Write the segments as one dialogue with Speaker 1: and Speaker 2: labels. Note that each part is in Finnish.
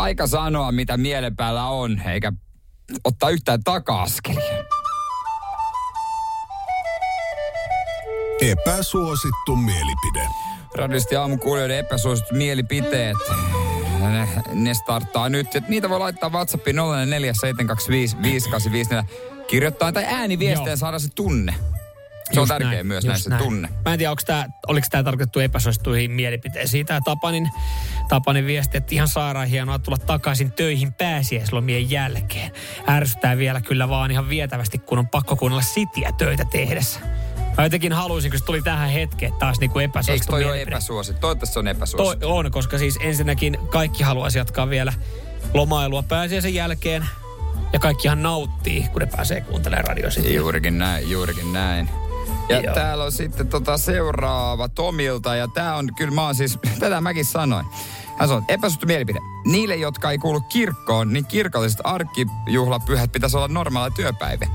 Speaker 1: Aika sanoa, mitä mielen päällä on, eikä ottaa yhtään taka-askelia.
Speaker 2: Epäsuosittu mielipide.
Speaker 1: Radiosti aamukuulijoiden epäsuositut mielipiteet. Ne, ne starttaa nyt. Et niitä voi laittaa WhatsAppiin 0447255854 kirjoittaa tai ääniviestejä
Speaker 3: Joo.
Speaker 1: saada se tunne. Se on
Speaker 3: Just
Speaker 1: tärkeä
Speaker 3: näin,
Speaker 1: myös
Speaker 3: just
Speaker 1: näissä näin. tunne.
Speaker 3: Mä en tiedä, onko tää, oliko tämä tarkoitettu epäsuosittuihin mielipiteisiin. Tämä Tapanin, Tapanin viesti, että ihan sairaan hienoa tulla takaisin töihin pääsiäislomien jälkeen. Ärsyttää vielä kyllä vaan ihan vietävästi, kun on pakko kuunnella sitiä töitä tehdessä. Mä jotenkin haluaisin, kun se tuli tähän hetkeen taas niinku
Speaker 1: Eikö
Speaker 3: epäsuosittu
Speaker 1: toi ole
Speaker 3: mielipide.
Speaker 1: epäsuosittu? Toivottavasti se on
Speaker 3: Toi
Speaker 1: epäsuosittu.
Speaker 3: on, koska siis ensinnäkin kaikki haluaisi jatkaa vielä lomailua pääsiäisen jälkeen. Ja kaikkihan nauttii, kun ne pääsee kuuntelemaan radio City.
Speaker 1: Juurikin näin, juurikin näin. Ja Joo.
Speaker 3: Joo.
Speaker 1: täällä on sitten tota seuraava Tomilta, ja tää on kyllä, mä oon siis, tätä mäkin sanoin. Hän sanoi, epäsuhtu mielipide. Niille, jotka ei kuulu kirkkoon, niin kirkolliset arkkijuhlapyhät pitäisi olla normaali työpäivä.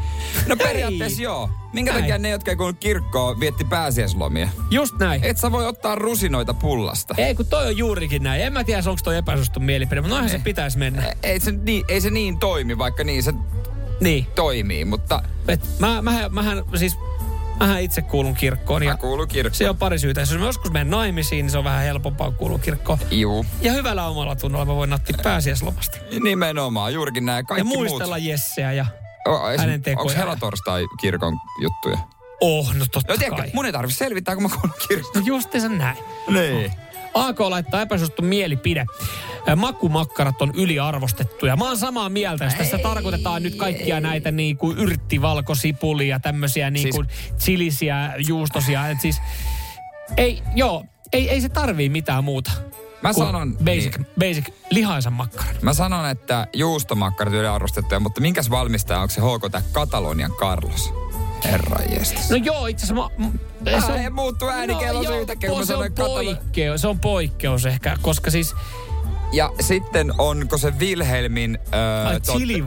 Speaker 1: No periaatteessa joo. Minkä
Speaker 3: Näin.
Speaker 1: takia ne, jotka ei kuulu kirkkoon, vietti pääsiäislomia?
Speaker 3: Just näin.
Speaker 1: Et sä voi ottaa rusinoita pullasta.
Speaker 3: Ei, kun toi on juurikin näin. En mä tiedä, onko toi epäsuostun mielipide, mutta noinhan se pitäisi mennä.
Speaker 1: Niin. Ei se, niin, ei se niin toimi, vaikka niin se
Speaker 3: Niin.
Speaker 1: toimii, mutta
Speaker 3: Et, mä, mähän, mähän, siis, mähän itse kuulun kirkkoon
Speaker 1: mä
Speaker 3: ja
Speaker 1: kuulun
Speaker 3: se
Speaker 1: kirkkoon.
Speaker 3: on pari syytä. Jos mä joskus menen naimisiin, niin se on vähän helpompaa kuulua kirkkoon.
Speaker 1: Juu.
Speaker 3: Ja hyvällä omalla tunnolla mä voin nauttia pääsiäislomasta.
Speaker 1: Nimenomaan, juurikin näin.
Speaker 3: Ja
Speaker 1: Kaikki
Speaker 3: muistella
Speaker 1: muut.
Speaker 3: Jesseä ja...
Speaker 1: O, esim,
Speaker 3: hänen tekojaan.
Speaker 1: Onko helatorstai kirkon juttuja?
Speaker 3: Oh, no totta
Speaker 1: No tiedätkö,
Speaker 3: kai.
Speaker 1: mun ei tarvitse selvittää, kun mä kuulun kirkon.
Speaker 3: No justiinsa näin.
Speaker 1: Niin.
Speaker 3: AK laittaa epäsuosittu mielipide. Ö, Makumakkarat on yliarvostettuja. Mä oon samaa mieltä, jos tässä tarkoitetaan nyt kaikkia näitä niin kuin yrttivalkosipulia, tämmöisiä niin
Speaker 1: Siis-
Speaker 3: kuin chilisiä, juustosia. Et siis, ei, joo, ei, ei se tarvii mitään muuta.
Speaker 1: Mä
Speaker 3: kuin
Speaker 1: sanon,
Speaker 3: Basic, niin. basic lihansa makkaran.
Speaker 1: Mä sanon, että juustomakkarat on yliarvostettuja, mutta minkäs valmistaja onko se HK tai Katalonian Carlos? Herra jestas.
Speaker 3: No joo, itse asiassa mä... m-
Speaker 1: Ah, ja muuttui äänikello se yhtäkkiä, kun mä
Speaker 3: No, se on
Speaker 1: sanoin Katalon-
Speaker 3: poikkeus, se on poikkeus ehkä, koska siis
Speaker 1: Ja sitten onko se Wilhelmin... Öö,
Speaker 3: äh,
Speaker 1: tot-
Speaker 3: chili,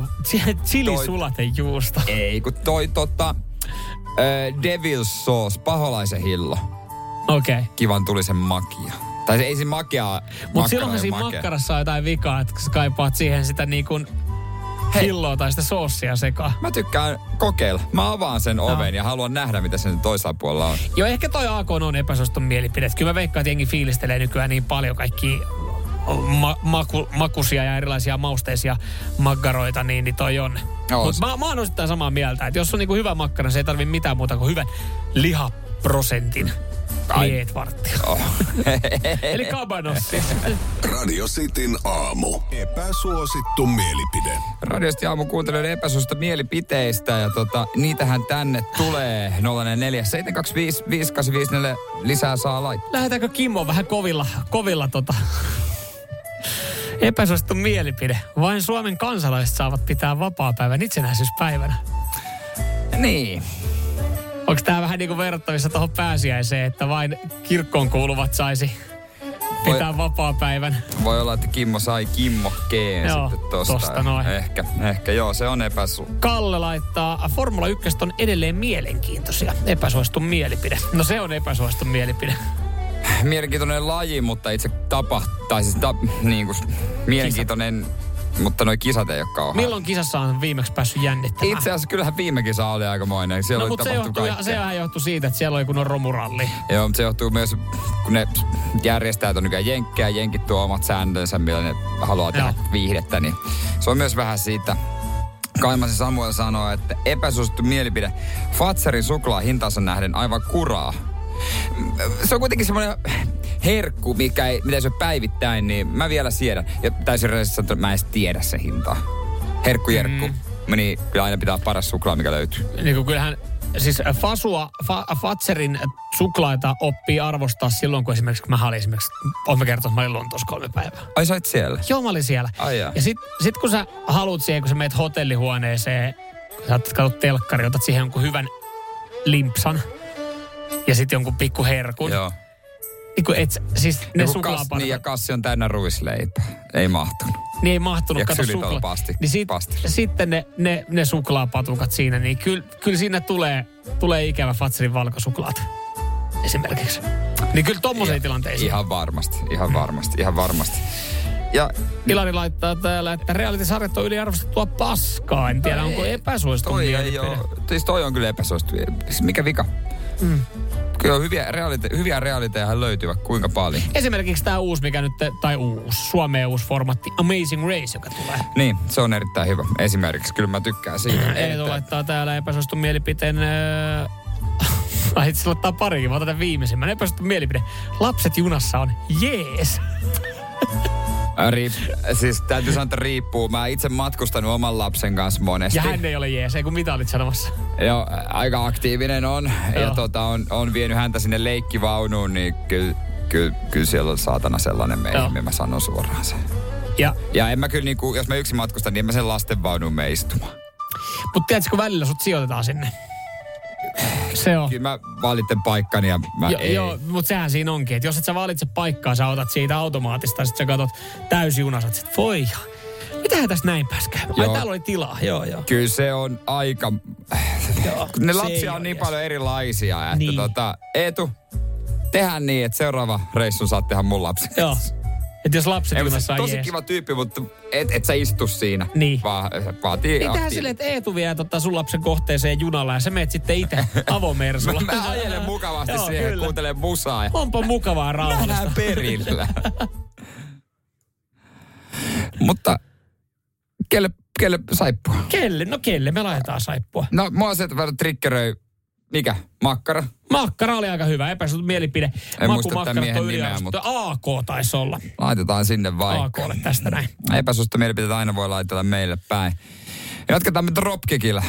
Speaker 3: chili
Speaker 1: toi-
Speaker 3: sulatejuusto.
Speaker 1: Ei, kun toi tota... Öö, Devil's Sauce, paholaisen hillo.
Speaker 3: Okei. Okay.
Speaker 1: Kivan tuli sen makia. Tai se ei se makeaa.
Speaker 3: Mutta
Speaker 1: makkara
Speaker 3: silloinhan
Speaker 1: ei
Speaker 3: siinä
Speaker 1: makea.
Speaker 3: makkarassa on jotain vikaa, että sä kaipaat siihen sitä niin kuin
Speaker 1: Hei.
Speaker 3: hilloa tai sitä soossia sekaan.
Speaker 1: Mä tykkään kokeilla. Mä avaan sen oven ja haluan nähdä, mitä sen toisella puolella on.
Speaker 3: Joo, ehkä toi AK on epäsuostun mielipide. Et Kyllä mä veikkaan, että jengi fiilistelee nykyään niin paljon kaikki ma- maku- makusia ja erilaisia mausteisia makkaroita, niin, niin toi on.
Speaker 1: On
Speaker 3: Mutta
Speaker 1: se.
Speaker 3: mä, mä oon osittain samaa mieltä, että jos on niinku hyvä makkara, se ei tarvi mitään muuta kuin hyvän lihaprosentin
Speaker 1: Ai.
Speaker 3: lietvarttia.
Speaker 1: Oh.
Speaker 3: Eli kabanossi.
Speaker 2: Radio Cityn aamu. Epäsuosittu mielipide.
Speaker 1: Radiosti aamu kuuntelijoiden epäsuosista mielipiteistä ja tota, niitähän tänne tulee 047255854 lisää saa laittaa.
Speaker 3: Lähetäänkö Kimmo vähän kovilla, kovilla tota, epäsuosittu mielipide. Vain Suomen kansalaiset saavat pitää vapaa-päivän itsenäisyyspäivänä.
Speaker 1: Niin.
Speaker 3: Onko tämä vähän niin kuin verrattavissa tuohon pääsiäiseen, että vain kirkkoon kuuluvat saisi pitää vapaa-päivän?
Speaker 1: Voi olla, että Kimmo sai kimmokkeen
Speaker 3: Joo,
Speaker 1: sitten tosta.
Speaker 3: tosta noin.
Speaker 1: Ehkä, ehkä joo, se on epäsu.
Speaker 3: Kalle laittaa, Formula 1 on edelleen mielenkiintoisia. Epäsuosittu mielipide. No se on epäsuosittu mielipide.
Speaker 1: Mielenkiintoinen laji, mutta itse tapa, tai siis tap, niin kuin, mielenkiintoinen, mutta noi kisat ei ole kauhean.
Speaker 3: Milloin kisassa on viimeksi päässyt jännittämään?
Speaker 1: Itse asiassa kyllähän viime kisa oli aikamoinen. Siellä
Speaker 3: No
Speaker 1: oli
Speaker 3: mutta se
Speaker 1: tapahtunut
Speaker 3: johtuu,
Speaker 1: kaikkea.
Speaker 3: sehän johtuu siitä, että siellä oli kun on no romuralli.
Speaker 1: Joo, mutta se johtuu myös, kun ne järjestää on nykyään jenkkejä, jenkit tuo omat sääntönsä, millä ne haluaa tehdä
Speaker 3: Joo.
Speaker 1: viihdettä, niin se on myös vähän siitä. Kaimasen Samuel sanoo, että epäsuosittu mielipide. Fatserin suklaa hintaansa nähden aivan kuraa. Se on kuitenkin semmoinen herkku, mikä ei, mitä se päivittäin, niin mä vielä siedän. Ja täysin rehellisesti sanottuna, mä en edes tiedä se hintaa. Herkkujerkku. Mm. Niin kyllä aina pitää paras suklaa, mikä löytyy.
Speaker 3: niin kuin kyllähän siis Fasua, fa, Fatserin suklaita oppii arvostaa silloin, kun esimerkiksi mä olin esimerkiksi, olen kertonut, mä olin Lontoossa kolme päivää.
Speaker 1: Ai sä olit siellä?
Speaker 3: Joo, mä olin siellä.
Speaker 1: Ai jaa.
Speaker 3: ja sit, sit kun sä haluut siihen, kun sä meet hotellihuoneeseen, kun sä katsot telkkari, otat siihen jonkun hyvän limpsan ja sitten jonkun pikku herkun.
Speaker 1: Joo.
Speaker 3: Niin kun et, sä- siis ne
Speaker 1: Joku kas,
Speaker 3: suklaapartat.
Speaker 1: niin, ja kassi on täynnä ruisleipää. Ei mahtunut.
Speaker 3: Niin ei mahtunut,
Speaker 1: Ja
Speaker 3: kato
Speaker 1: ksylitol
Speaker 3: suklaa.
Speaker 1: pasti-
Speaker 3: niin sit,
Speaker 1: pastilla.
Speaker 3: sitten ne, ne, ne suklaapatukat siinä, niin kyllä kyl siinä tulee, tulee ikävä Fatserin valkosuklaat esimerkiksi. Niin kyllä tommoseen tilanteisiin.
Speaker 1: Ihan varmasti,
Speaker 3: Mm.
Speaker 1: ihan varmasti, ihan varmasti. Ja
Speaker 3: Ilari laittaa täällä, että realitysarjat on yliarvostettua paskaa. En tiedä, onko epäsuosittu
Speaker 1: No toi ei
Speaker 3: mielipide.
Speaker 1: ole, siis toi on kyllä epäsuosittu. Siis Mikä vika? Mm. Kyllä hyviä, realite, hyviä realitejahan löytyvät kuinka paljon.
Speaker 3: Esimerkiksi tämä uusi, mikä nyt, tai uusi, Suomeen uusi formaatti Amazing Race, joka tulee.
Speaker 1: Niin, se on erittäin hyvä. Esimerkiksi kyllä mä tykkään siitä.
Speaker 3: Eetu laittaa täällä epäsuostun mielipiteen... Öö... Ai itse laittaa parikin, mä otan tämän viimeisimmän. Epäsuostun mielipide. Lapset junassa on jees.
Speaker 1: Riip, siis täytyy sanoa, että riippuu. Mä oon itse matkustanut oman lapsen kanssa monesti.
Speaker 3: Ja hän ei ole jees, ei kun mitä olit sanomassa.
Speaker 1: Joo, aika aktiivinen on. Ja
Speaker 3: Joo.
Speaker 1: tota, on, on vienyt häntä sinne leikkivaunuun, niin kyllä ky, ky siellä on saatana sellainen
Speaker 3: Joo.
Speaker 1: meihin, mä sanon suoraan sen.
Speaker 3: Ja,
Speaker 1: Ja en mä kyllä, niinku, jos mä yksin matkustan, niin en mä sen lastenvaunuun me istumaan.
Speaker 3: mutta tiedätkö, kun välillä sut sijoitetaan sinne. Se on.
Speaker 1: Kyllä mä valitten paikkani ja mä
Speaker 3: Jo,
Speaker 1: ei.
Speaker 3: joo, mutta sehän siinä onkin, että jos et sä valitse paikkaa, sä otat siitä automaatista, sit sä katot täysjunasat, sit voi, mitähän tässä näin pääs käymään? Ai
Speaker 1: Joo.
Speaker 3: täällä oli tilaa, joo joo.
Speaker 1: Kyllä se on aika...
Speaker 3: joo.
Speaker 1: Ne
Speaker 3: Se
Speaker 1: lapsia
Speaker 3: ei
Speaker 1: on
Speaker 3: oo
Speaker 1: niin
Speaker 3: jees.
Speaker 1: paljon erilaisia, että
Speaker 3: Niin.
Speaker 1: tota, Eetu, tehdään niin, että seuraava reissun saat tehdä mun lapsen.
Speaker 3: Joo. Et jos lapset
Speaker 1: Ei,
Speaker 3: ei,
Speaker 1: mutta
Speaker 3: junassa
Speaker 1: se
Speaker 3: on
Speaker 1: on tosi
Speaker 3: jees.
Speaker 1: kiva tyyppi, mutta et, et sä istu siinä.
Speaker 3: Niin.
Speaker 1: Vaan vaatii
Speaker 3: Niin tehdään
Speaker 1: aktiivisuutta.
Speaker 3: silleen, että Eetu vie tota sun lapsen kohteeseen junalla ja sä meet sitten itse avomersulla.
Speaker 1: Mä, mä ajelen mukavasti
Speaker 3: Joo,
Speaker 1: siihen,
Speaker 3: kyllä.
Speaker 1: kuuntelen musaa ja
Speaker 3: Onpa mukavaa rauhallista.
Speaker 1: nähdään perillä. Mutta kelle, kelle saippua?
Speaker 3: Kelle? No kelle? Me laitetaan saippua.
Speaker 1: No mua se että vähän triggeröi, mikä, makkara?
Speaker 3: Makkara oli aika hyvä, epäsuutu mielipide.
Speaker 1: En
Speaker 3: Maku
Speaker 1: muista tämän
Speaker 3: makkarat on
Speaker 1: miehen nimeä,
Speaker 3: yliarvostettu. AK taisi olla.
Speaker 1: Laitetaan sinne vai.
Speaker 3: AKlle tästä näin.
Speaker 1: Epäsusta mielipiteitä aina voi laitella meille päin. Jatketaan me dropkickillä.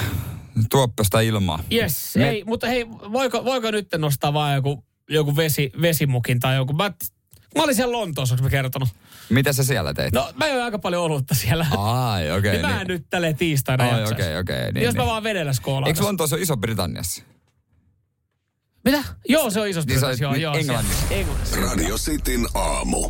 Speaker 1: Tuoppasta ilmaa.
Speaker 3: Yes,
Speaker 1: Me-
Speaker 3: Me... ei, mutta hei, voiko, voiko nyt nostaa vaan joku, joku vesi, vesimukin tai joku... Mä, mä olin siellä Lontoossa, onko mä kertonut?
Speaker 1: Mitä sä siellä teit?
Speaker 3: No, mä join aika paljon olutta siellä.
Speaker 1: Ai, okei.
Speaker 3: niin mä en nyt tälleen tiistaina
Speaker 1: Ai,
Speaker 3: jaksais.
Speaker 1: okei, okei, niin,
Speaker 3: Jos mä
Speaker 1: niin.
Speaker 3: vaan vedellä skoolaan.
Speaker 1: Eikö
Speaker 3: tässä.
Speaker 1: Lontoo se ole Iso-Britanniassa?
Speaker 3: Mitä? Joo, se on iso
Speaker 1: Niin sä olit
Speaker 3: joo, joo.
Speaker 1: Englannissa.
Speaker 3: siellä. Englannissa.
Speaker 2: Radio Cityn aamu.